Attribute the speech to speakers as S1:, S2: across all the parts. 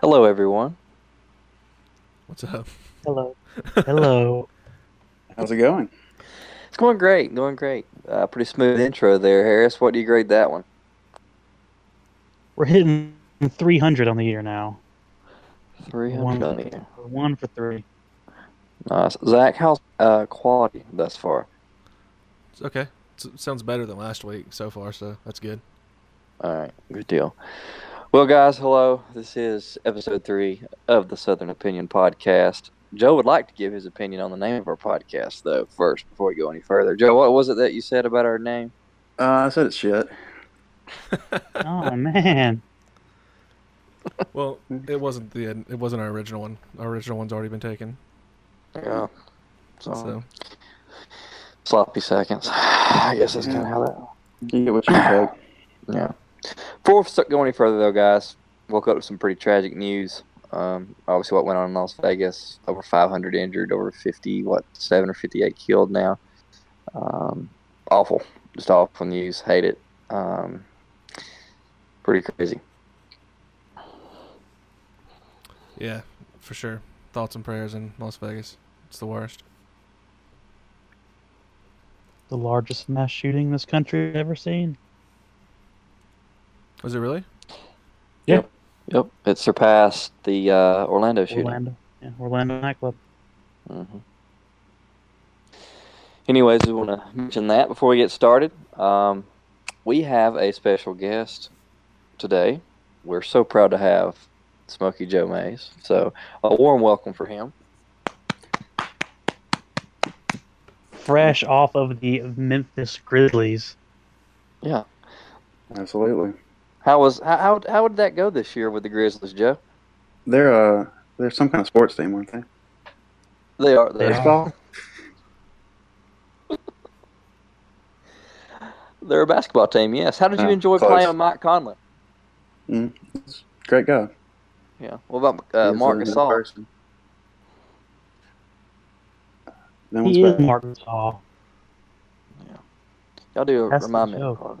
S1: Hello, everyone.
S2: What's up?
S3: Hello. Hello.
S4: How's it going?
S1: It's going great. Going great. Uh, pretty smooth intro there, Harris. What do you grade that one?
S3: We're hitting 300 on the year now.
S1: Three
S3: One.
S1: hundred on here.
S3: We're one for three.
S1: Nice. Zach, how's uh, quality thus far?
S2: It's okay. S sounds better than last week so far, so that's good.
S1: All right, good deal. Well, guys, hello. This is episode three of the Southern Opinion Podcast. Joe would like to give his opinion on the name of our podcast, though, first, before we go any further. Joe, what was it that you said about our name?
S4: Uh, I said it's shit.
S3: Oh, man.
S2: Well, it wasn't the it wasn't our original one. Our original one's already been taken.
S1: Yeah. So,
S2: So
S1: sloppy seconds. I guess that's kind of how that
S4: You get what you take.
S1: Yeah. Before we start going any further, though, guys, woke up with some pretty tragic news. Um, obviously, what went on in Las Vegas, over 500 injured, over 50, what, 7 or 58 killed now. Um, awful. Just awful news. Hate it. Um, pretty crazy.
S2: yeah, for sure. Thoughts and prayers in Las Vegas. It's the worst.
S3: The largest mass shooting this country has ever seen.
S2: Was it really?
S1: Yep. It surpassed the uh, Orlando shooting.
S3: Orlando. Yeah, Orlando nightclub.
S1: hmm Anyways, we want to mention that before we get started. Um, we have a special guest today. We're so proud to have Smokey Joe Mays. So, a warm welcome for him.
S3: Fresh off of the Memphis Grizzlies.
S4: Absolutely.
S1: How was how how, how did that go this year with the Grizzlies, Joe?
S4: They're uh, they're some kind of sports team, aren't they?
S1: They are they are,
S4: Baseball.
S1: they're a basketball team. Yes. How did you
S4: Yeah,
S1: enjoy
S4: close.
S1: playing with Mike Conley?
S4: Great guy.
S1: Yeah. What about uh,
S4: He's
S1: Mark
S4: a good
S1: Gasol?
S4: person. No one's
S3: He is
S4: bad.
S3: Mark Gasol.
S1: Y'all do
S3: That's the
S1: remind me.
S3: joke.
S1: Of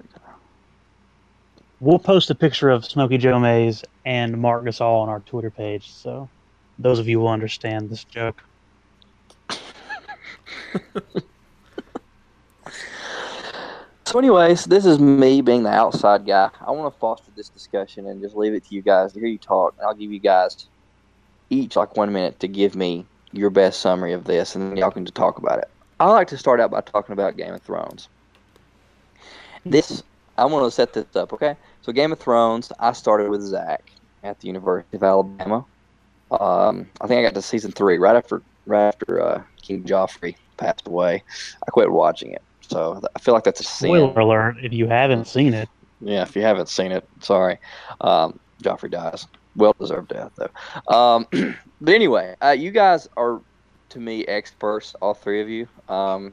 S3: We'll post a picture of Smokey Joe Mays and Mark Gasol on our Twitter page, so those of you will understand this joke.
S1: So, anyways, this is me being the outside guy. I want to foster this discussion and just leave it to you guys to hear you talk. And I'll give you guys each like one minute to give me your best summary of this, and then y'all can just talk about it. I like to start out by talking about Game of Thrones. This I want to set this up, okay? So, Game of Thrones. I started with Zach at the University of Alabama. Um, I think I got to season three right after right after uh, King Joffrey passed away. I quit watching it, so I feel like that's a sin.
S3: Spoiler alert if you haven't seen it.
S1: Yeah, if you haven't seen it, sorry. Um, Joffrey dies. Well deserved death, though. Um, but anyway, uh, you guys are, to me, experts, all three of you. Um,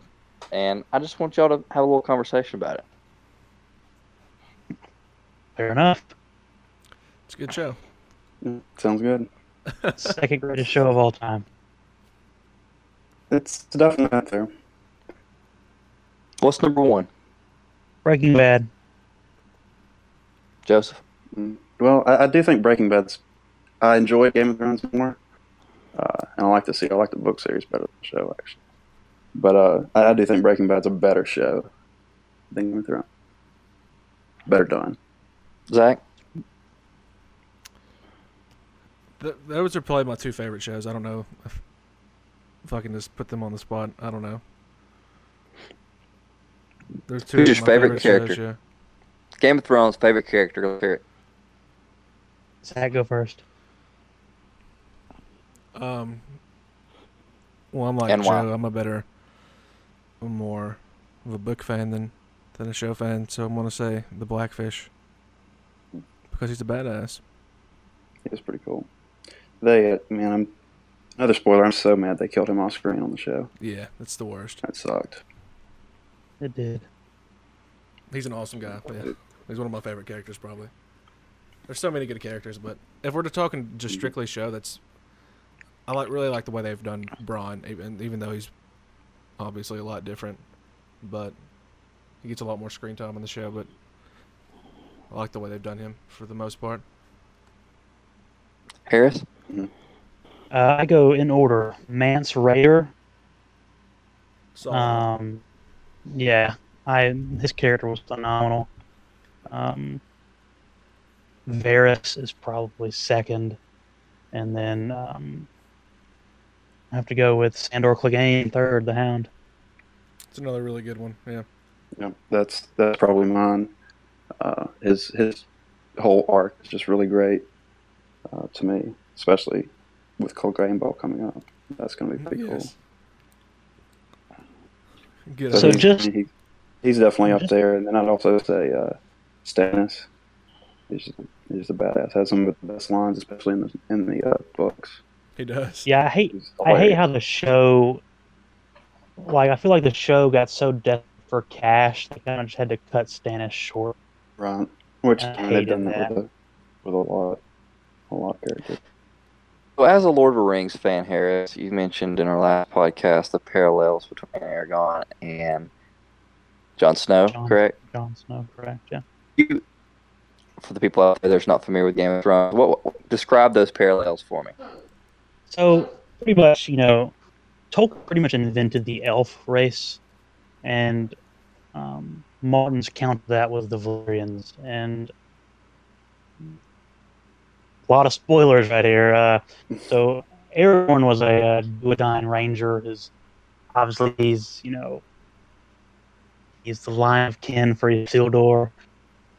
S1: and I just want y'all to have a little conversation about it.
S3: Fair enough.
S2: It's a good show.
S4: Mm, Sounds good.
S3: Second greatest show of all time.
S4: It's definitely up there.
S1: What's number one,
S3: Breaking Bad.
S1: Joseph?
S4: Well, I, I do think Breaking Bad's. I enjoy Game of Thrones more, uh, and I like the see. I like the book series better than the show actually. But uh, I, I do think Breaking Bad's a better show than Game of Thrones. Better done.
S1: Zach?
S2: Th- those are probably my two favorite shows. I don't know if, if I can just put them on the spot. I don't know. There's two
S1: Who's
S2: of
S1: your
S2: my
S1: favorite
S2: shows,
S1: character? Game of Thrones, favorite character. Let's hear it.
S3: Zach, go first.
S2: yeah. Um. Well, I'm like
S1: And why?
S2: Joe. I'm a better, I'm more of a book fan than than a show fan. So I'm gonna say the Blackfish because he's a badass.
S4: It was pretty cool. They, uh, man, I'm another spoiler. I'm so mad they killed him off screen on the show.
S2: Yeah, that's the worst.
S4: That sucked.
S3: It did.
S2: He's an awesome guy. but yeah, he's one of my favorite characters probably. There's so many good characters, but if we're talking just strictly show, that's I like really like the way they've done Braun, even even though he's obviously a lot different, but he gets a lot more screen time on the show. But I like the way they've done him for the most part.
S1: Harris.
S3: Uh, I go in order: Mance Rayder.
S2: So
S3: Um, yeah, I his character was phenomenal. Um, Varys is probably second, and then um, I have to go with Sandor Clegane third, the Hound.
S2: it's another really good one. Yeah.
S4: Yeah, that's that's probably mine. Uh, his his whole arc is just really great uh, to me, especially with Cole Ball coming up. That's going to be pretty
S2: Yes. Good.
S3: So
S2: idea.
S4: cool. he's-
S3: just-
S4: he- he's definitely up
S3: just-
S4: there, and then I'd also say uh, Stannis. He's just, he's just a badass. Has some of the best lines, especially in the in the uh, books.
S2: he does.
S3: Yeah, I hate
S4: He's
S3: I hate
S4: hilarious.
S3: how the show, like I feel like the show got so desperate for cash, they kind of just had to cut Stannis short.
S4: Right. Which
S3: I
S4: they've done
S3: hated
S4: that with a, with a lot, a lot of characters.
S1: So, as a Lord of the Rings fan, Harris, you mentioned in our last podcast the parallels between Aragon and Jon Snow,
S3: Jon.
S1: correct?
S3: Jon Snow, correct? Yeah.
S1: You, for the people out there that's not familiar with Game of Thrones, what, what describe those parallels for me?
S3: So pretty much, you know, Tolkien pretty much invented the elf race, and um, Martin's counter to that was the Valyrians. And a lot of spoilers right here. Uh, so Aragorn was a uh, Duodyne ranger. Who's obviously he's you know he's the line of kin for Isildur,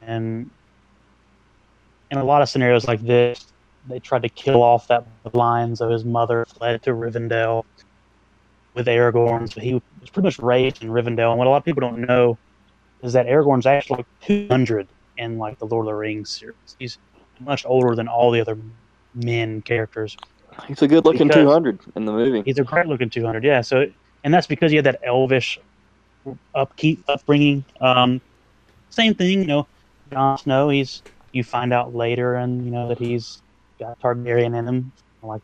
S3: and in a lot of scenarios like this, they tried to kill off that line, so his mother fled to Rivendell with Aragorn. So he was pretty much raised in Rivendell. And what a lot of people don't know is that Aragorn's actually like 200 in like the Lord of the Rings series. He's much older than all the other men characters.
S1: He's a good looking
S3: Because-
S1: 200 in the movie.
S3: He's a great looking 200, yeah. So, and that's because he had that elvish upkeep upbringing. Um, same thing, you know. Jon Snow, he's you find out later, and you know that he's got Targaryen in him, like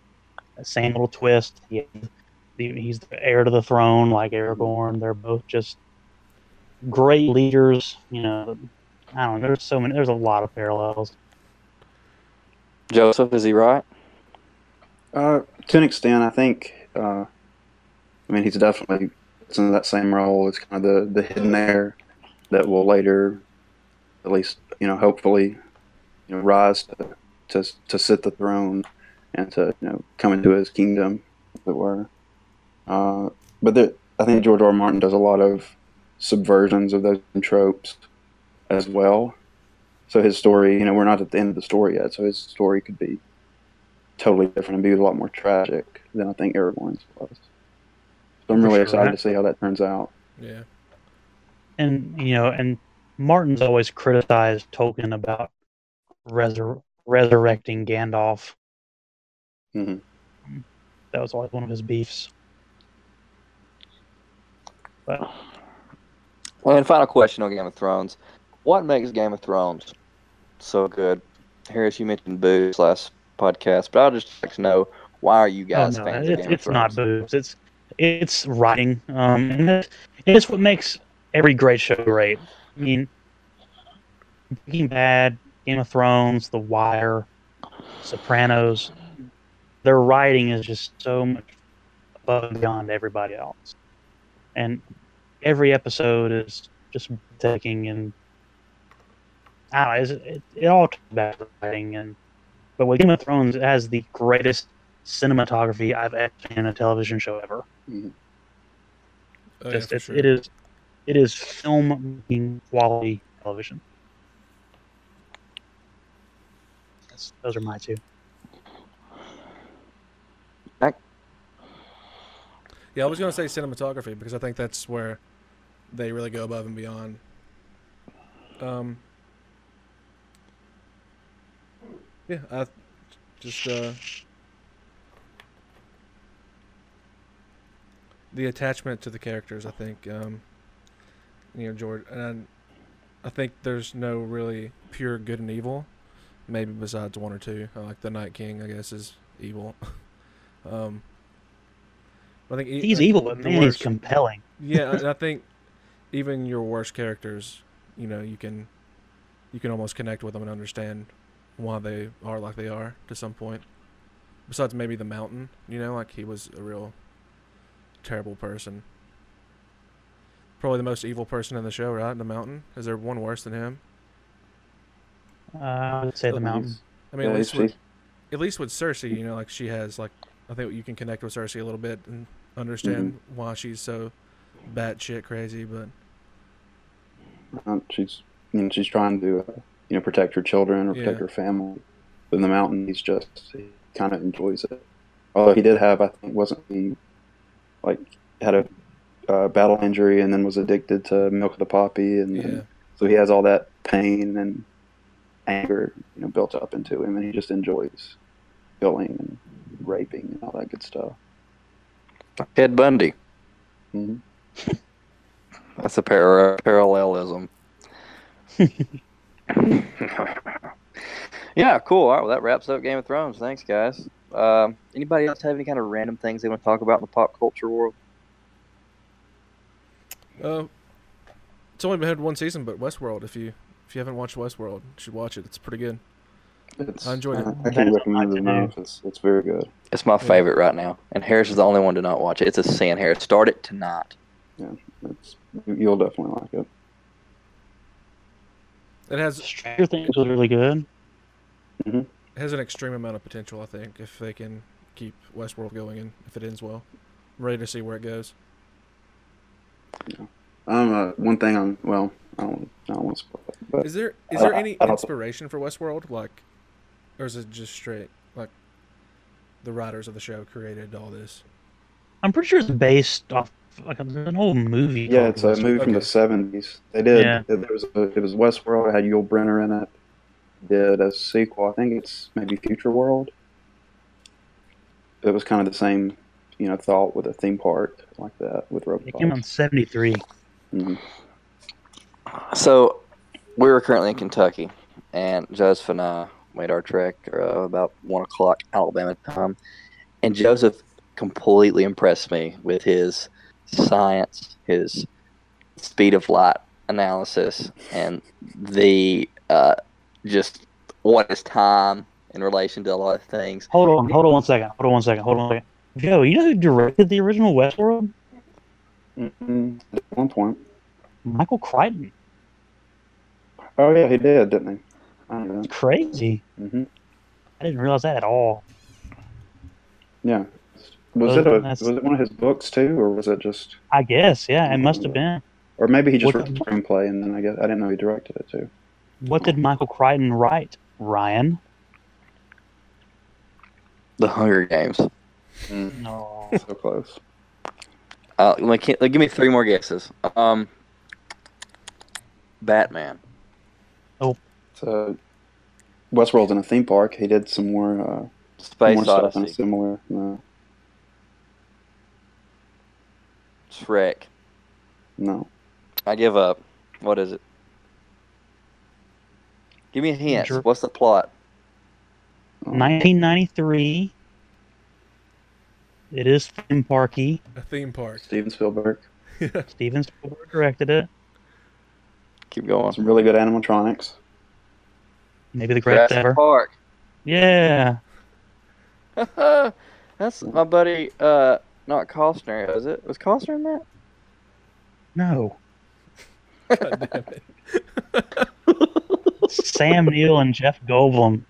S3: that same little twist. He, he's the heir to the throne, like Aragorn. They're both just great leaders. You know, I don't know. There's so many. There's a lot of parallels.
S1: Joseph, is he right?
S4: Uh, to an extent, I think. Uh, I mean, he's definitely it's in that same role. It's kind of the the hidden heir that will later, at least you know, hopefully, you know, rise to to, to sit the throne and to you know come into his kingdom, as it were. Uh, but there, I think George R. R. Martin does a lot of subversions of those tropes as well. So his story, you know, we're not at the end of the story yet. So his story could be totally different and be a lot more tragic than I think Aragorn's was. So I'm
S3: For
S4: really
S3: sure,
S4: excited
S3: right?
S4: to see how that turns out.
S2: Yeah.
S3: and you know, and Martin's always criticized Tolkien about resur- resurrecting Gandalf.
S4: Mhm.
S3: That was always one of his beefs. But
S1: Well, and final question on Game of Thrones. What makes Game of Thrones so good? Harris, you mentioned booze last podcast, but I'd just like to know why are you guys
S3: oh, no,
S1: fans of
S3: it's,
S1: Game of
S3: it's not
S1: Thrones?
S3: boobs. It's it's writing, um, and it- it's what makes every great show great. I mean, Breaking Bad, Game of Thrones, The Wire, Sopranos. Their writing is just so much above and beyond everybody else, and every episode is just taking and I don't know, it's- it, it all talks about the writing and but with Game of Thrones it has the greatest cinematography I've ever seen in a television show ever.
S2: Oh, yeah,
S3: Just
S2: for
S3: it,
S2: sure.
S3: it is, it is film making quality television. That's, those are my two.
S2: Yeah, I was gonna say cinematography because I think that's where they really go above and beyond. Um, yeah, I just uh, the attachment to the characters. I think um, you know George, and I think there's no really pure good and evil, maybe besides one or two. Uh, Like the Night King, I guess, is evil. um, I think e-
S3: He's
S2: like,
S3: evil, but
S2: the
S3: man, he's
S2: worst-
S3: compelling.
S2: yeah, and I think even your worst characters, you know, you can you can almost connect with them and understand why they are like they are to some point. Besides maybe the mountain, you know, like he was a real terrible person. Probably the most evil person in the show, right? The mountain. Is there one worse than him?
S3: Uh, I would say the mountain.
S2: I mean,
S4: Yeah,
S2: at least
S4: he's-
S2: with, at least with Cersei, you know, like she has like I think you can connect with Cersei a little bit and understand why she's so batshit crazy. But
S4: Um, she's you know, she's trying to uh, you know protect her children or protect
S2: Yeah.
S4: her family. But in the mountain, he's just he kind of enjoys it. Although he did have, I think, wasn't he like had a uh, battle injury and then was addicted to milk of the poppy, and,
S2: yeah,
S4: so he has all that pain and anger you know built up into him, and he just enjoys killing and raping and all that good stuff.
S1: Ted Bundy.
S4: Mhm.
S1: That's a par- parallelism. yeah, cool. All right, well, that wraps up Game of Thrones. Thanks, guys. Um, anybody else have any kind of random things they want to talk about in the pop culture world?
S2: uh, it's only been had one season, but Westworld. If you if you haven't watched Westworld, you should watch it. It's pretty good.
S4: It's,
S2: I enjoyed it.
S4: I, I can't recommend it
S3: That's what I like to
S4: enough. It's, it's very good.
S1: It's my favorite right now, and Harris is the only one to not watch it. It's a sin, Harris. Start it tonight.
S4: It's you'll definitely like it.
S2: It has
S3: Stranger Things was really good.
S2: it has an extreme amount of potential. I think if they can keep Westworld going and if it ends well, I'm ready to see where it goes.
S4: I'm uh, one thing I'm well. I don't. I don't want to spoil it, but
S2: Is there is
S4: I-
S2: there
S4: I-
S2: any
S4: I don't-
S2: inspiration for Westworld, like, or is it just straight like the writers of the show created all this?
S3: I'm pretty sure it's based off like an old movie.
S4: yeah,
S3: called
S4: it's a
S3: Westworld.
S4: movie from the
S2: Okay.
S4: '70s. They did.
S3: Yeah.
S4: There was a, it was Westworld. It had Yul Brynner in it. Did a sequel. I think it's maybe Future World. It was kind of the same, you know, thought with a theme park like that with
S3: It came out in
S4: robots.
S3: '73.
S4: Mhm.
S1: So, we were currently in Kentucky, and Joseph and I made our trek uh, about one o'clock Alabama time, and Joseph completely impressed me with his science, his speed of light analysis, and the uh, just what is time in relation to a lot of things.
S3: Hold on, hold on one second. Hold on one second. Hold on. One second. Joe, you know who directed the original Westworld?
S4: Mhm. At one point.
S3: Michael Crichton.
S4: Oh yeah, he did, didn't he? I don't know.
S3: Crazy.
S4: hmm
S3: I didn't realize that at all.
S4: Yeah. Was
S3: Well,
S4: it a,
S3: that's-
S4: was it one of his books too, or was it just,
S3: I guess, yeah, it must have been.
S4: or maybe he just
S3: What-
S4: wrote the screenplay and then I guess I didn't know he directed it too.
S3: What did Michael Crichton write, Ryan?
S1: The Hunger Games.
S3: No.
S4: So close.
S1: Uh, like, can- like, give me three more guesses. Um, Batman.
S4: So Westworld's in a theme park. He did some more uh,
S1: Space
S4: more stuff in a
S1: Odyssey.
S4: similar. uh, No,
S1: Shrek.
S4: no.
S1: I give up. What is it? Give me a hint.
S3: Sure.
S1: What's the plot?
S4: Um,
S3: 1993. It is theme parky.
S2: A theme park.
S4: Steven Spielberg.
S3: Steven Spielberg directed it.
S1: Keep going.
S4: Some really good animatronics.
S3: Maybe the greatest
S1: Jurassic
S3: ever.
S1: Park.
S3: Yeah.
S1: That's my buddy. Uh, not Costner, is it? Was Costner in that?
S3: No.
S2: God damn it.
S3: Sam Neill and Jeff Goldblum.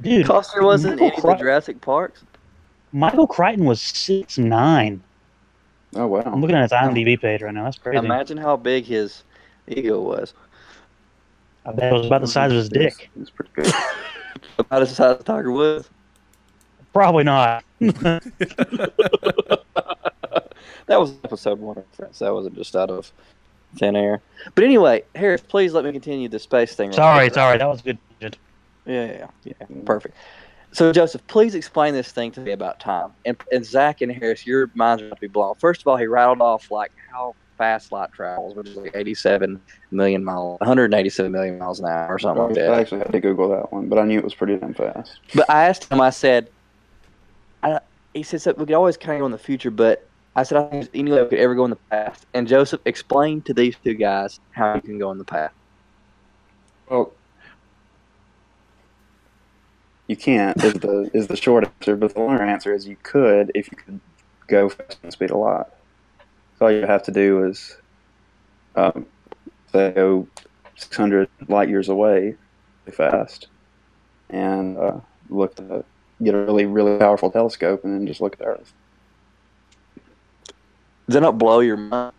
S3: Dude,
S1: Costner wasn't in any of the
S3: Michael Cri-
S1: Jurassic Parks.
S3: Michael Crichton was six nine.
S4: Oh
S3: I'm
S4: wow.
S3: looking at his IMDb page right now. That's crazy.
S1: Imagine how big his ego was.
S3: I bet it was about the size of his
S4: He was-
S3: dick.
S4: he was pretty good.
S1: About as size as Tiger Woods.
S3: Probably not.
S1: That was episode one reference. That wasn't just out of thin air. But anyway, Harris, please let me continue the space thing. real
S3: Sorry,
S1: quick.
S3: sorry. That was good. Good.
S1: Yeah, yeah, yeah. Perfect. So, Joseph, please explain this thing to me about time. And, and Zach and Harris, your minds are about to be blown. First of all, he rattled off like how fast light travels, which is like 87 million miles, 187 million miles an hour or something like
S4: I
S1: that.
S4: actually had to Google that one, but I knew it was pretty damn fast.
S1: But I asked him, I said, I, he said, so we could always kind of go in the future, but I said, I don't think there's any way we could ever go in the past. And Joseph explained to these two guys how you can go in the past.
S4: Well, You can't is the is the short answer, but the longer answer is you could if you could go fast and speed a lot. So all you have to do is, um, say, go 600 light years away, really fast, and uh, look to get a really really powerful telescope and then just look at Earth.
S1: Does that not blow your mind?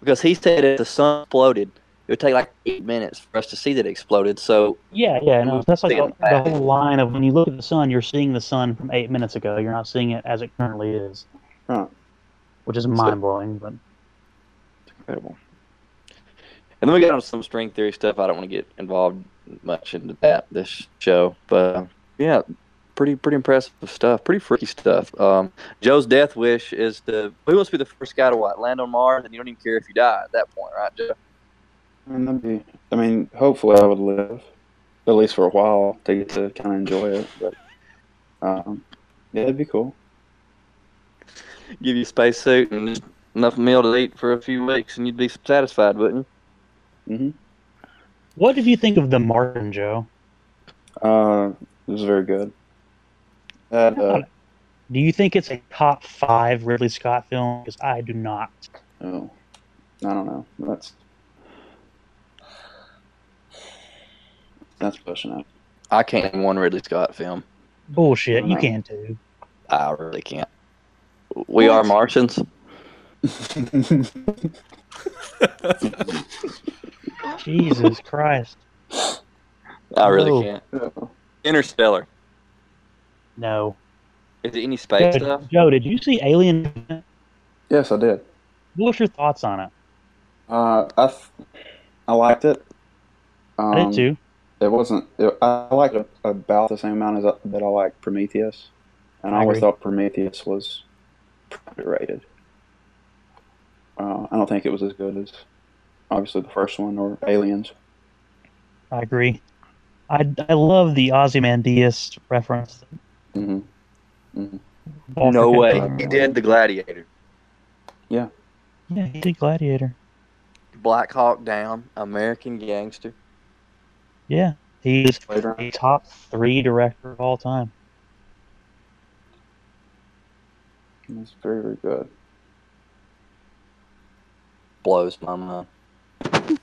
S1: Because he said if the sun exploded, it would take like eight minutes for us to see that it exploded. So
S3: Yeah, yeah, no, that's like
S1: Seeing
S3: the,
S1: the
S3: the
S1: past.
S3: whole line of when you look at the sun, you're seeing the sun from eight minutes ago. You're not seeing it as it currently is,
S4: Huh.
S3: which is mind blowing. But
S4: Incredible.
S1: And then we got on some string theory stuff. I don't want to get involved much into that this show, but uh, yeah, pretty pretty impressive stuff. Pretty freaky stuff. Um, Joe's death wish is to we must be the first guy to what land on Mars, and you don't even care if you die at that point, right, Joe?
S4: I mean, that'd be, I mean, hopefully I would live, at least for a while, to get to kind of enjoy it. But um, yeah, that'd be cool.
S1: Give you a spacesuit and just enough meal to eat for a few weeks, and you'd be satisfied, wouldn't
S4: hmm
S3: what did you think of the Martian, Joe?
S4: Uh, it was very good. That, uh,
S3: Do you think it's a top five Ridley Scott film? Because I do not.
S4: oh, I don't know. That's that's pushing it.
S1: you? I can't name one Ridley Scott film.
S3: Bullshit, you
S4: No.
S3: can too.
S1: I really can't. We are Martians.
S3: Jesus Christ.
S1: I really
S3: No.
S1: can't.
S4: Oh,
S1: Interstellar.
S3: No.
S1: Is it any space
S3: Joe,
S1: stuff?
S3: Joe, did you see Alien?
S4: yes, I did.
S3: What's your thoughts on it?
S4: Uh, I th- I liked it. Um,
S3: I did too.
S4: It wasn't. It, I liked it about the same amount as I, that I liked Prometheus, and I,
S3: I
S4: always
S3: agree.
S4: thought Prometheus was rated. Uh, I don't think it was as good as obviously the first one or Aliens.
S3: I agree. I, I love the Ozymandias reference.
S4: Mm-hmm.
S1: No way.
S3: He
S1: He did the Gladiator.
S3: Yeah, he did Gladiator.
S1: Black Hawk Down, American Gangster.
S3: Yeah. He's
S4: Blade Runner.
S3: a top three director of all time.
S4: It was very very good.
S1: Blows my mind.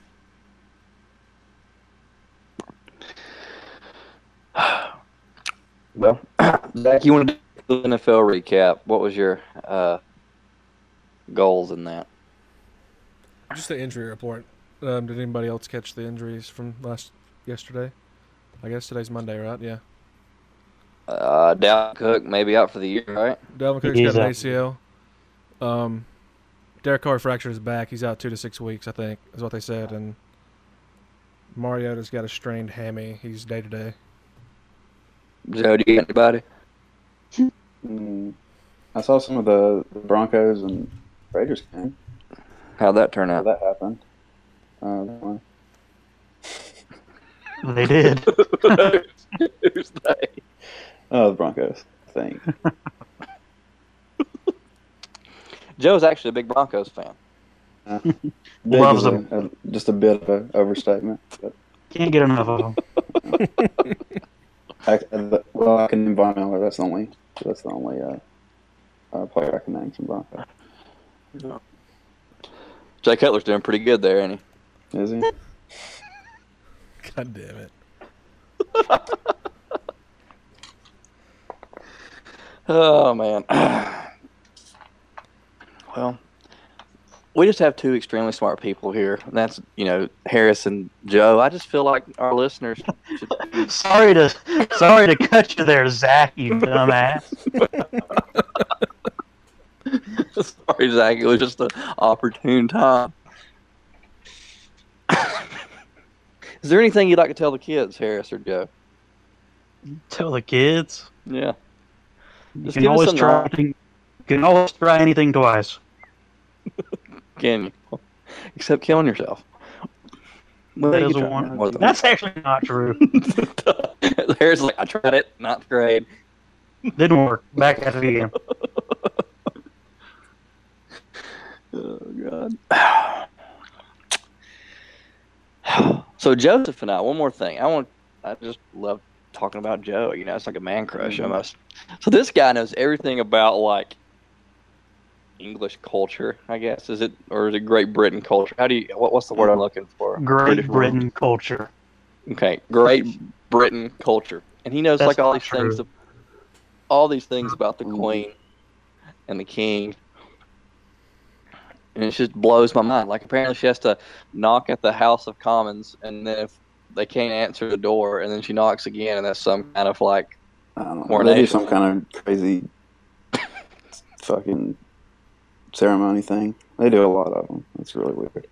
S1: well, Zach, you want to do the NFL recap? What was your uh, goals in that?
S2: Just the injury report. Um, did anybody else catch the injuries from last yesterday? I guess today's Monday, right? Yeah.
S1: Uh, Dalvin Cook maybe out for the year, right?
S2: Dalvin Cook's
S3: He's
S2: got an
S3: out.
S2: ACL. Um, Derek Carr fractured his back. He's out two to six weeks, I think, is what they said. And Mariota's got a strained hammy. He's day to day.
S1: Joe, do you got anybody?
S4: Mm. I saw some of the Broncos and Raiders game.
S1: How'd that turn
S4: How
S1: out?
S4: that happened? Uh, that one.
S3: They did.
S1: Who's they?
S4: oh, the Broncos. I think.
S1: Joe's actually a big Broncos fan.
S4: Big
S3: Loves
S4: is a- a- just a bit of an overstatement. But
S3: Can't get enough of him.
S4: I, I- well, I can name Von Miller. That's the only. That's the only uh, uh, player I can name from Bronco.
S1: Jay Cutler's doing pretty good there, ain't he?
S4: Is he?
S2: God damn it.
S1: Oh man. well, we just have two extremely smart people here. And that's you know Harris and Joe. I just feel like our listeners. Should,
S3: Sorry to sorry to cut you there, Zach, you dumbass.
S1: sorry, Zach. It was just an opportune time. Is there anything you'd like to tell the kids, Harris or Joe?
S3: Tell the kids.
S1: Yeah.
S3: You
S1: Just
S3: can
S1: give us
S3: always
S1: a
S3: try
S1: nod.
S3: anything, you can always try anything twice.
S1: Can you? Except killing yourself. Well,
S3: That
S1: you
S3: is a
S1: tried
S3: one.
S1: more than-
S3: That's actually not true.
S1: Harris is like I tried it, ninth grade.
S3: Didn't work. Back at it again.
S1: Oh God. So Joseph and I, one more thing. I want. I just love talking about Joe. You know, it's like a man crush
S3: Mm-hmm.
S1: almost. So this guy knows everything about like English culture, I guess. Is it or is it Great Britain culture? How do you? What, what's the word I'm looking for?
S3: Great
S1: British-
S3: Britain culture.
S1: Okay, Great Britain culture, and he knows
S3: That's
S1: like all
S3: not
S1: these things,
S3: true. Mm.
S1: all these things about the Queen and the King, and it just blows my mind. Like apparently she has to knock at the House of Commons, and then if they can't answer the door, and then she knocks again, and that's some kind of like
S4: I don't know.
S1: Or
S4: They do
S1: nation.
S4: some kind of crazy fucking ceremony thing. They do a lot of them. It's really weird.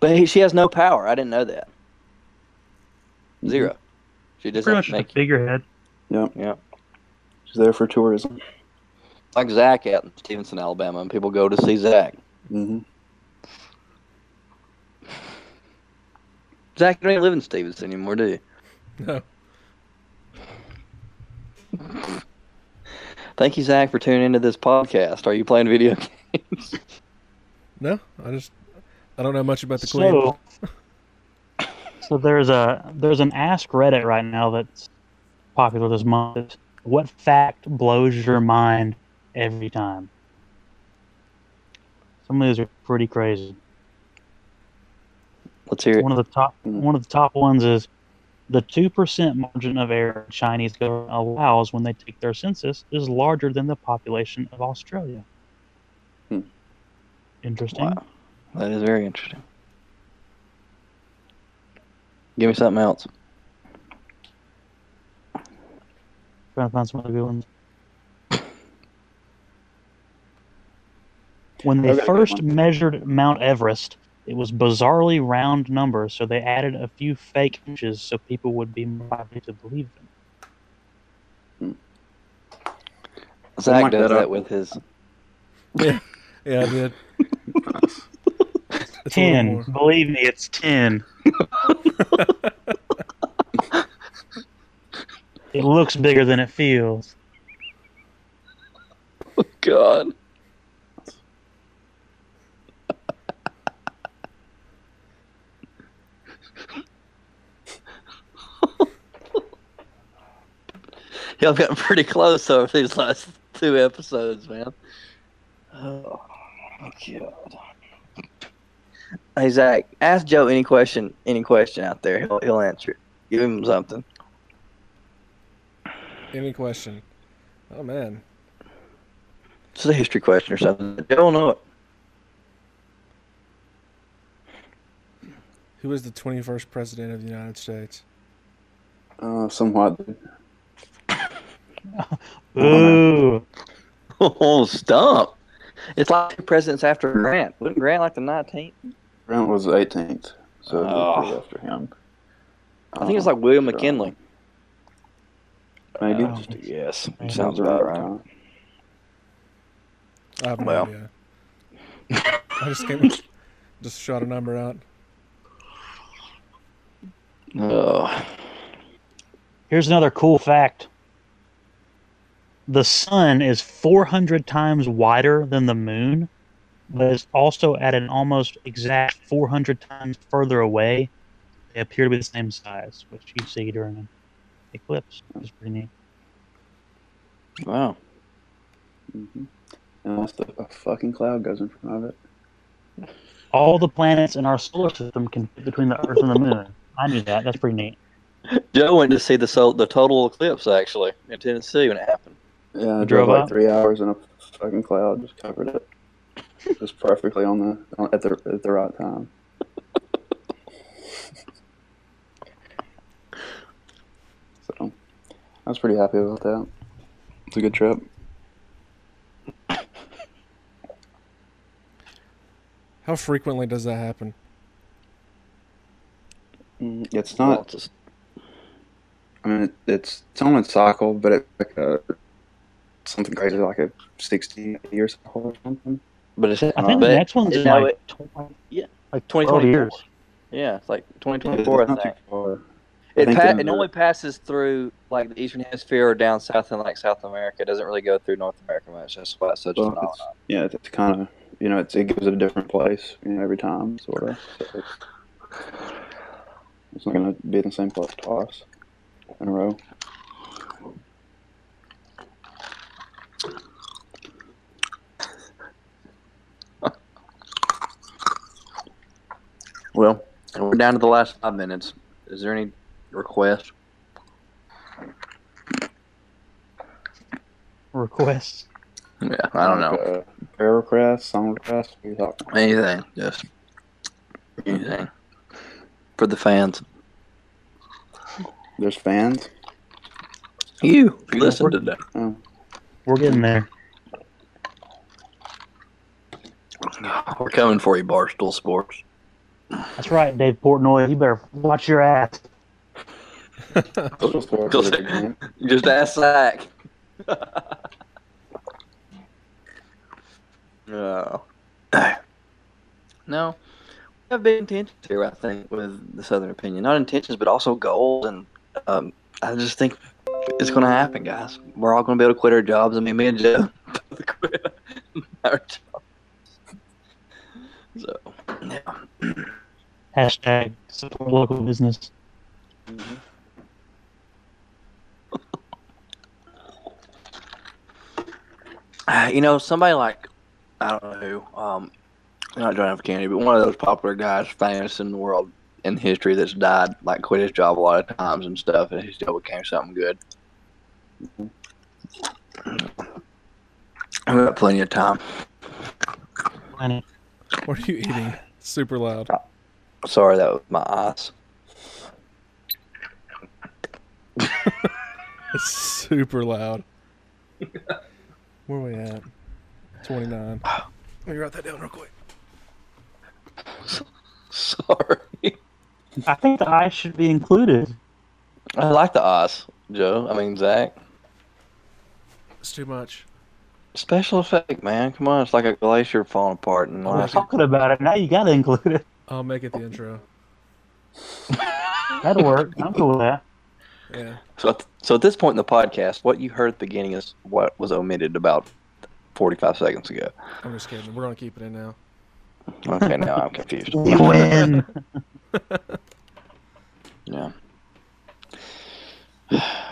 S1: But he, she has no power. I didn't know that. Zero. She
S3: Mm-hmm.
S1: doesn't
S3: Pretty much just
S1: make
S3: a figurehead.
S4: She's there for tourism.
S1: like Zach out in Stevenson, Alabama, and people go to see Zach.
S4: hmm
S1: Zach, you don't even live in Stevenson anymore, do you?
S2: No.
S1: Thank you, Zach, for tuning into this podcast. Are you playing video games?
S2: No, I just I don't know much about the queen.
S3: So, so there's a there's an Ask Reddit right now that's popular this month. It's, What fact blows your mind every time? Some of these are pretty crazy.
S1: Let's hear it.
S3: One of the top
S4: Mm.
S3: one of the top ones is the two percent margin of error Chinese government allows when they take their census is larger than the population of Australia.
S4: Hmm.
S3: Interesting.
S1: Wow. That is very interesting. Give me something else.
S3: Trying to find some other good ones. When they
S4: I've got a good
S3: first
S4: one.
S3: measured Mount Everest, it was bizarrely round numbers, so they added a few fake inches so people would be more likely to believe them.
S1: Zach
S4: mark
S1: does
S4: that
S1: that
S4: up.
S1: with his.
S2: Yeah, I did. It's a little
S3: ten.
S2: more.
S3: Believe me, it's ten. it looks bigger than it feels.
S1: God. Y'all gotten pretty close over these last two episodes, man. Oh, God. Hey, Zach, ask Joe any question, any question out there. He'll, he'll answer it. Give him something.
S2: Any question? Oh man,
S1: It's a history question or something. Joe don't know it.
S2: who is the 21st president of the United States?
S4: Uh, somewhat.
S3: Ooh,
S1: Oh, stump. It's like two presidents after Grant. Wasn't Grant like the 19th?
S4: Grant was the 18th, so it was
S1: Oh.
S4: after him.
S1: I think it's like William
S4: so-
S1: McKinley.
S4: maybe. uh,
S3: Oh.
S1: Yes,
S3: Man,
S1: sounds about right.
S2: I have no
S1: Well.
S2: idea. I just came, just shot a number out.
S1: Oh,
S3: here's another cool fact. The sun is 400 times wider than the moon, but it's also at an almost exact 400 times further away. They appear to be the same size, which you see during an eclipse. It's pretty neat.
S1: wow.
S4: Mhm. Unless the, a fucking cloud goes in front of it.
S3: All the planets in our solar system can fit between the Earth and the Moon. I knew that. That's pretty neat.
S1: Joe went to see the sol- the total eclipse actually in Tennessee when it happened.
S4: Yeah, I
S3: You
S4: drove
S3: drove
S4: like
S3: out?
S4: three hours in a fucking cloud, just covered it. Just perfectly on the on, at the at the right time. so I was pretty happy about that. It's a good trip.
S2: How frequently does that happen?
S4: Mm, It's not
S1: Lots of-
S4: I mean, it, it's its own cycle, but it's like a something crazy, like a sixty-year cycle or something.
S1: but it's
S3: I think
S1: Uh, but
S3: the next one's in
S1: no,
S3: like,
S1: it-
S3: tw-
S1: yeah,
S3: like
S1: 2024.
S3: 12 years.
S1: yeah, it's like
S4: It's
S1: 2024. I
S4: not too
S1: think
S4: far. I
S1: it
S4: think
S1: pa-
S4: in
S1: it
S4: the-
S1: only passes through like the eastern hemisphere or down south in like South America. It doesn't really go through North America much. That's why it's such
S4: Well,
S1: a phenomenon.
S4: it's, yeah, it's kind of you know, it's, it gives it a different place, you know, every time, sort of. So it's, it's not gonna be in the same place twice. in a row.
S1: Well, and we're down to the last five minutes. Is there any request?
S3: Requests.
S1: Yeah, I don't know.
S4: Uh, prayer requests, song requests. What are you talking about?
S1: Anything, just anything for the fans.
S4: There's fans.
S1: You listen to that.
S4: Oh,
S3: We're getting there.
S1: We're coming for you, Barstool Sports.
S3: That's right, Dave Portnoy. You better watch your ass.
S4: social sports
S1: Go
S4: is a
S1: sit.
S4: good game.
S1: Just ask Zach. no. No. We have big intentions here, I think, with the Southern opinion. Not intentions, but also goals. And um, I just think it's going to happen, guys. We're all going to be able to quit our jobs. I mean, me and Joe both quit our jobs. So, yeah.
S3: Hashtag support local business.
S1: Uh, you know, somebody like I don't know who, um, not John F. Kennedy, but one of those popular guys, famous in the world in history, that's died, like quit his job a lot of times and stuff, and he still became something good. We got plenty of time.
S3: Planet.
S2: What are you eating? Super loud.
S1: Sorry, that was my eyes.
S2: It's super loud. Where we at? 29. Let me write that down real quick.
S1: Sorry.
S3: I think the ice should be included.
S1: I like the eyes, Joe. I mean Zach.
S2: It's too much.
S1: Special effect, man. Come on, it's like a glacier falling apart and
S3: We're
S1: like
S3: talking about it now. You got to include it.
S2: I'll make it the intro.
S3: That'll work. I'm cool with that.
S2: Yeah.
S1: So at, so at this point in the podcast, what you heard at the beginning is what was omitted about 45 seconds ago.
S2: I'm just kidding. We're going to keep it in now.
S1: Okay, now I'm confused.
S3: We win.
S1: Yeah.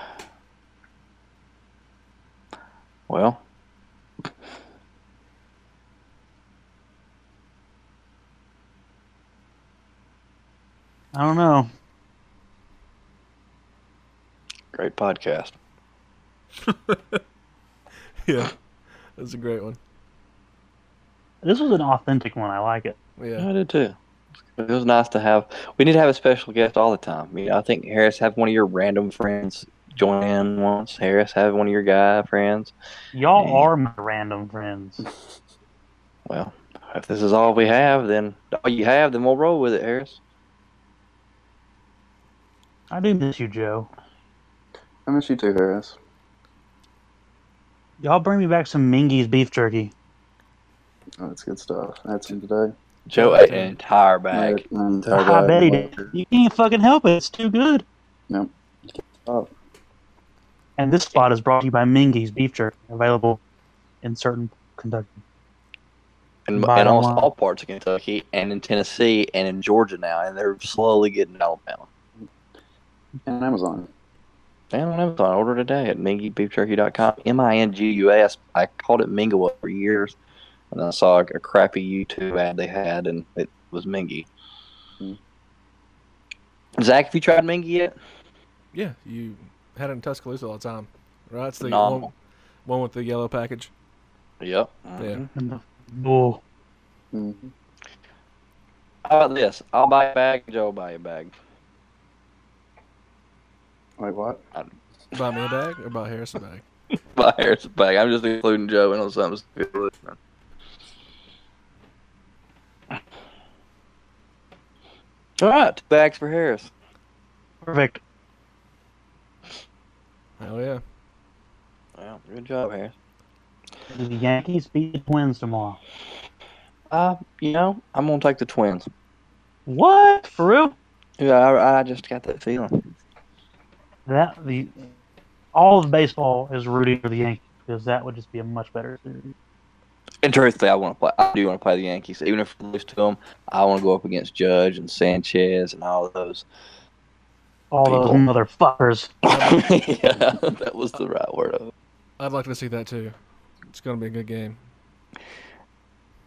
S1: Well,
S3: I don't know.
S1: great podcast.
S2: Yeah. That's a great one.
S3: This was an authentic one. I like it.
S2: Yeah.
S1: Yeah, I did too. It was nice to have. We need to have a special guest all the time. I mean, I think Harris have one of your random friends join in once. Harris have one of your guy friends.
S3: Y'all
S1: Yeah.
S3: are my random friends.
S1: Well, if this is all we have, then all you have, then we'll roll with it, Harris.
S3: I do miss you, Joe.
S4: I miss you too, Harris.
S3: Y'all bring me back some Mingy's beef jerky.
S4: Oh, that's good stuff. I had some today.
S1: Joe ate an entire bag.
S4: Made an entire
S3: I
S4: bag
S3: bet he
S4: of
S3: did.
S4: water.
S3: You can't fucking help it. It's too good.
S4: Nope. Oh.
S3: And this spot is brought to you by Mingy's beef jerky, available in certain Kentucky.
S1: in, in
S3: Bottom
S1: almost
S3: line.
S1: all parts of Kentucky and in Tennessee and in Georgia now, and they're slowly getting to Alabama.
S4: And Amazon.
S1: And on Amazon, order today at mingybeefjerky.com. M I N G U S. I called it Mingua for years, and I saw a, crappy YouTube ad they had, and it was Mingy.
S4: Hmm.
S1: Zach, have you tried Mingy yet?
S2: Yeah. You had it in Tuscaloosa all the time, right? It's the one,
S1: Phenomenal.
S2: one with the yellow package.
S1: Yep.
S2: Yeah.
S4: Mm-hmm.
S3: Oh,
S4: hmm
S1: Mm-hmm. How about this? I'll buy a bag, Joe will buy a bag.
S4: Wait, what?
S2: Buy me a bag or buy Harris a bag?
S1: Buy Harris a bag. I'm just including Joe in on something stupid listening. All right, two bags for Harris.
S3: perfect.
S2: Hell yeah.
S1: Well, good job, Harris.
S3: Do the Yankees beat the Twins tomorrow?
S1: Uh, you know, I'm gonna take the Twins.
S3: What? For real?
S1: Yeah, I, I just got that feeling.
S3: That the all of baseball is rooting for the Yankees because that would just be a much better series.
S1: And truthfully, I want to play. I do want to play the Yankees, even if we lose to them. I want to go up against Judge and Sanchez and all those
S3: All those
S1: People.
S3: motherfuckers.
S1: yeah, that was the right word. Of it.
S2: I'd like to see that too. It's gonna be a good game.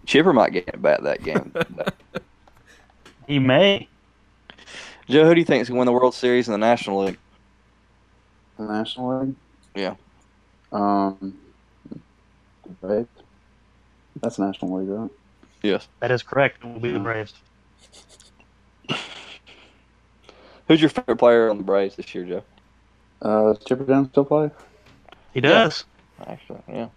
S1: Chipper might get it back that game.
S3: He may.
S1: Joe, who do you think is going to win the World Series in the National League?
S4: The National League?
S1: Yeah.
S4: Um, right? That's National League, right?
S1: Yes.
S3: That is correct. It will be the Braves.
S1: Who's your favorite player on the Braves this year, Joe?
S4: Uh, does Chipper Jones still play?
S3: He does.
S1: Actually, yeah.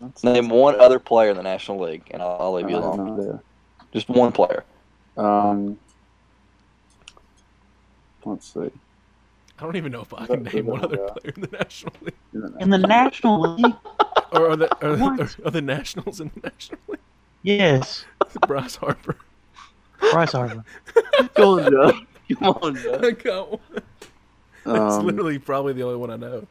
S4: That's,
S1: Name one other player in the National League, and I'll, I'll leave you
S4: I have
S1: alone.
S4: no idea.
S1: Just one player.
S4: Um, let's see.
S2: I don't even know if I can
S4: That's
S2: name
S4: good,
S2: one other
S4: yeah.
S2: player in the National League,
S3: In the National League?
S2: or are the are, the-
S3: What?
S2: are the Nationals in the National League?
S3: Yes.
S2: Bryce Harper.
S3: Bryce Harper.
S1: Come on, Joe. Come on, Joe.
S2: I got one. That's
S4: Um,
S2: literally probably the only one I know.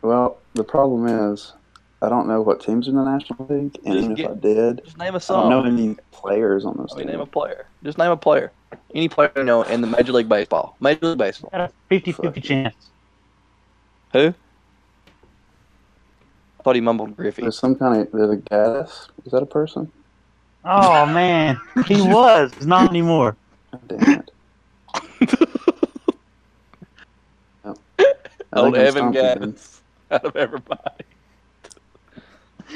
S4: Well, the problem is, I don't know what teams in the National League, and
S1: Just
S4: even
S1: get-
S4: if I did,
S1: Just name a
S4: I don't
S1: song.
S4: know any players on those
S1: I mean,
S4: teams.
S1: name a player. Just name a player. Any player you know in the Major League Baseball. Major League Baseball.
S3: Got a 50 50 chance.
S1: Who? I thought he mumbled Griffey.
S4: There's some kind of there's a Gaddis. Is that a person?
S3: Oh, man. He was. He's not anymore.
S4: God damn it. Yep. I
S1: Old Oh,
S4: think I'm
S1: Evan
S4: stumped again.
S1: Gaddis. Out of everybody.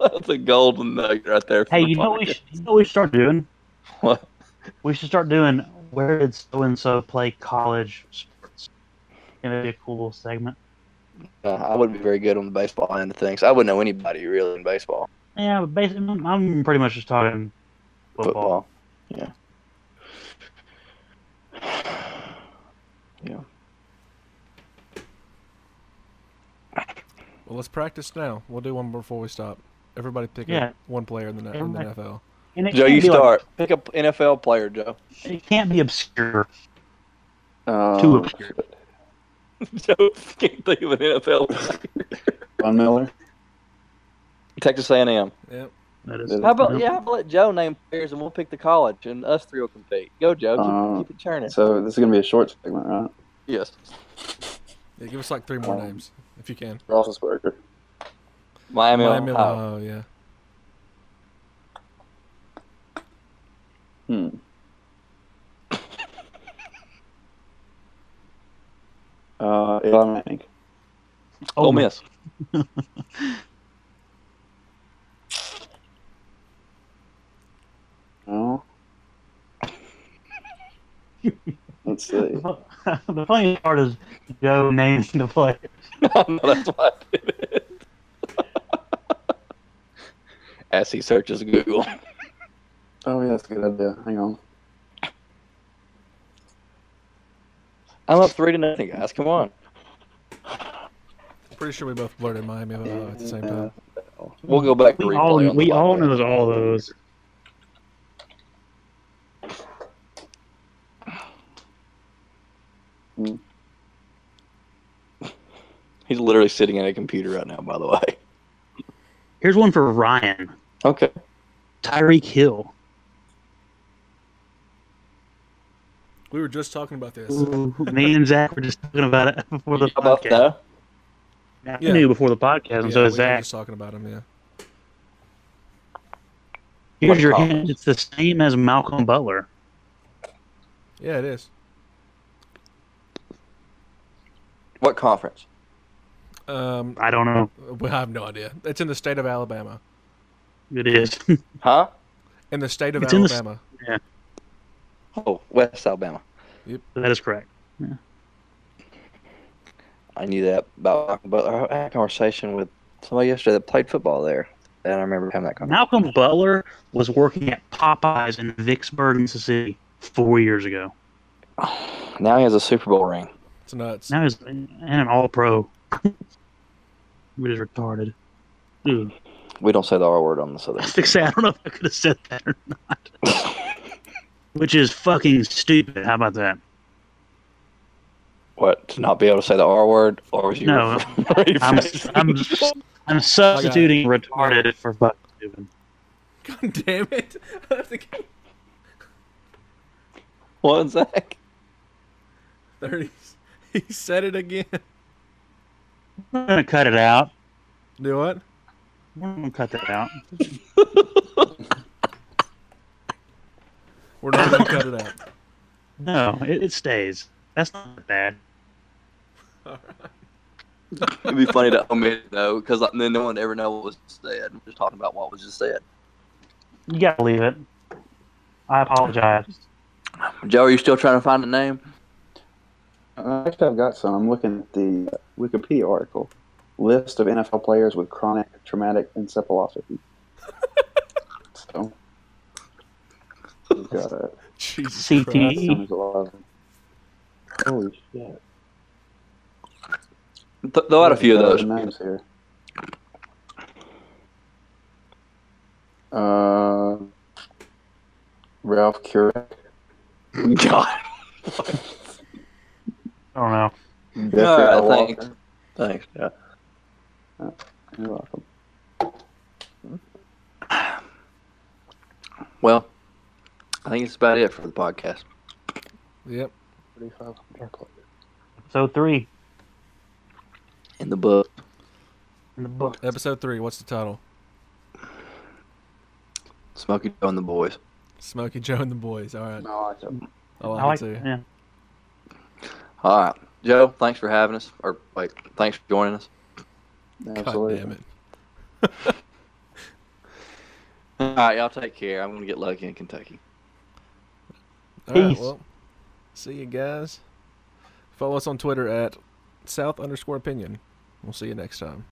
S1: That's a golden nugget right there. for
S3: Hey,
S1: the
S3: you know, what we
S1: podcast.
S3: should, you know what we should start doing?
S1: What?
S3: We should start doing where did so and so play college sports? And it'd be a cool little segment.
S1: Uh, I wouldn't be very good on the baseball end of things. I wouldn't know anybody really in baseball,
S3: Yeah, but basically, I'm- I'm pretty much just talking
S1: football.
S3: football.
S1: Yeah. Yeah.
S2: Well, let's practice now. We'll do one before we stop. Everybody pick
S3: Yeah.
S2: up one player in the, in the
S3: Everybody-
S2: NFL.
S3: And it
S1: Joe,
S3: can't
S1: you
S3: be like-
S1: start. Pick up NFL player, Joe.
S3: it can't be obscure.
S4: Um,
S1: Oh.
S3: Too obscure.
S1: Joe can't think of an NFL player.
S4: Von Miller.
S1: Texas A&M.
S2: Yep.
S3: That is.
S4: How
S1: How about yeah? How about let Joe name players and we'll pick the college and us three will compete. Go, Joe. Keep,
S4: Uh,
S1: keep it churning.
S4: So this is gonna be a short segment, right?
S1: yes.
S2: Yeah, give us like three more
S4: Um,
S2: names if you can.
S4: Roethlisberger.
S1: Miami.
S2: Miami,
S4: uh,
S1: Ohio.
S2: Ohio, yeah.
S4: Hmm. Uh, Eli Manning.
S3: Oh,
S1: Ole Miss.
S4: No. Let's see.
S3: the funny part is Joe names the player.
S1: I know, that's why I did it. As he searches Google.
S4: Oh yeah, that's a good idea. Hang on.
S1: I'm up three to nothing, guys. Come on.
S2: Pretty sure we both blurted Miami Ohio at the same time.
S1: We'll go back to
S3: We
S1: replay
S3: all
S1: on the
S3: we all
S1: podcast.
S3: know all those.
S1: He's literally sitting at a computer right now, by the way.
S3: Here's one for Ryan.
S1: Okay.
S3: Tyreek Hill.
S2: We were just talking about this.
S3: Me and Zach were just talking about it before the
S1: How about
S3: podcast.
S1: that?
S3: I
S2: Yeah.
S3: knew before the podcast, and
S2: Yeah,
S3: so
S2: we
S3: is
S2: were
S3: Zach.
S2: just talking about him, yeah.
S3: Here's your
S1: College.
S3: hint. It's the same as Malcolm Butler.
S2: Yeah, it is.
S1: What conference?
S2: Um,
S3: I don't know.
S2: well, I have no idea. It's in the state of Alabama.
S3: It is.
S1: Huh?
S2: In the state of
S3: It's in the-
S2: Alabama.
S1: Oh, West Alabama.
S3: that is correct.
S1: I knew that about but I had a conversation with somebody yesterday that played football there. And I remember having that conversation.
S3: Malcolm Butler was working at Popeyes in Vicksburg, Mississippi, four years ago.
S1: Now he has a Super Bowl ring.
S2: It's nuts.
S3: Now he's and an All-Pro. It is retarded. Dude,
S1: We don't say the R word on this other.
S3: I think- I don't know if I could have said that or not. Which is fucking stupid. How about that?
S1: What? To not be able to say the R word? Or was you
S3: No.
S1: referring-
S3: I'm I'm I'm substituting retarded for fucking stupid.
S2: God damn it. I have to go-
S1: What, Zach?
S2: Thirties. He said it again.
S3: We're gonna cut it out.
S2: Do what?
S3: We're gonna cut that out.
S2: We're not gonna cut it out.
S3: No, it, it stays. That's not bad.
S1: It'd be funny to omit though, because then no one would ever know what was said. We're just talking about what was just said.
S3: You gotta leave it. I apologize.
S1: Joe, are you still trying to find a name?
S4: Uh, Actually, I've got some. I'm looking at the uh, Wikipedia article. List of NFL players with chronic traumatic encephalopathy. so, we've got a,
S2: Jesus
S3: CTE.
S4: that
S2: Christ.
S4: sounds a lot of them. Holy shit!
S1: Th- throw out a few of
S4: Got
S1: those.
S4: Names here. Uh, Ralph Kurek,
S1: God.
S3: I don't know.
S4: Jeffrey
S1: All
S4: L.
S1: right,
S4: Walker.
S1: thanks. Thanks. Yeah.
S4: You're welcome.
S1: Well, I think it's about it for the podcast.
S2: Yep.
S4: 35 Dark Lord.
S3: Episode three
S1: In the book.
S3: in the book.
S2: Episode three. What's the title?
S1: Smokey Joe and the boys.
S2: Smokey Joe and the boys. All right.
S4: No, I like that.
S2: I like,
S3: I
S2: it
S3: like.
S2: too.
S3: Yeah.
S1: All right. Joe, thanks for having us. Or, wait, thanks for joining us.
S4: Absolutely.
S2: God damn it.
S1: All right, y'all take care. I'm going to get lucky in Kentucky.
S2: All right.
S3: Peace.
S2: Well, see you guys. Follow us on Twitter at South underscore opinion. We'll see you next time.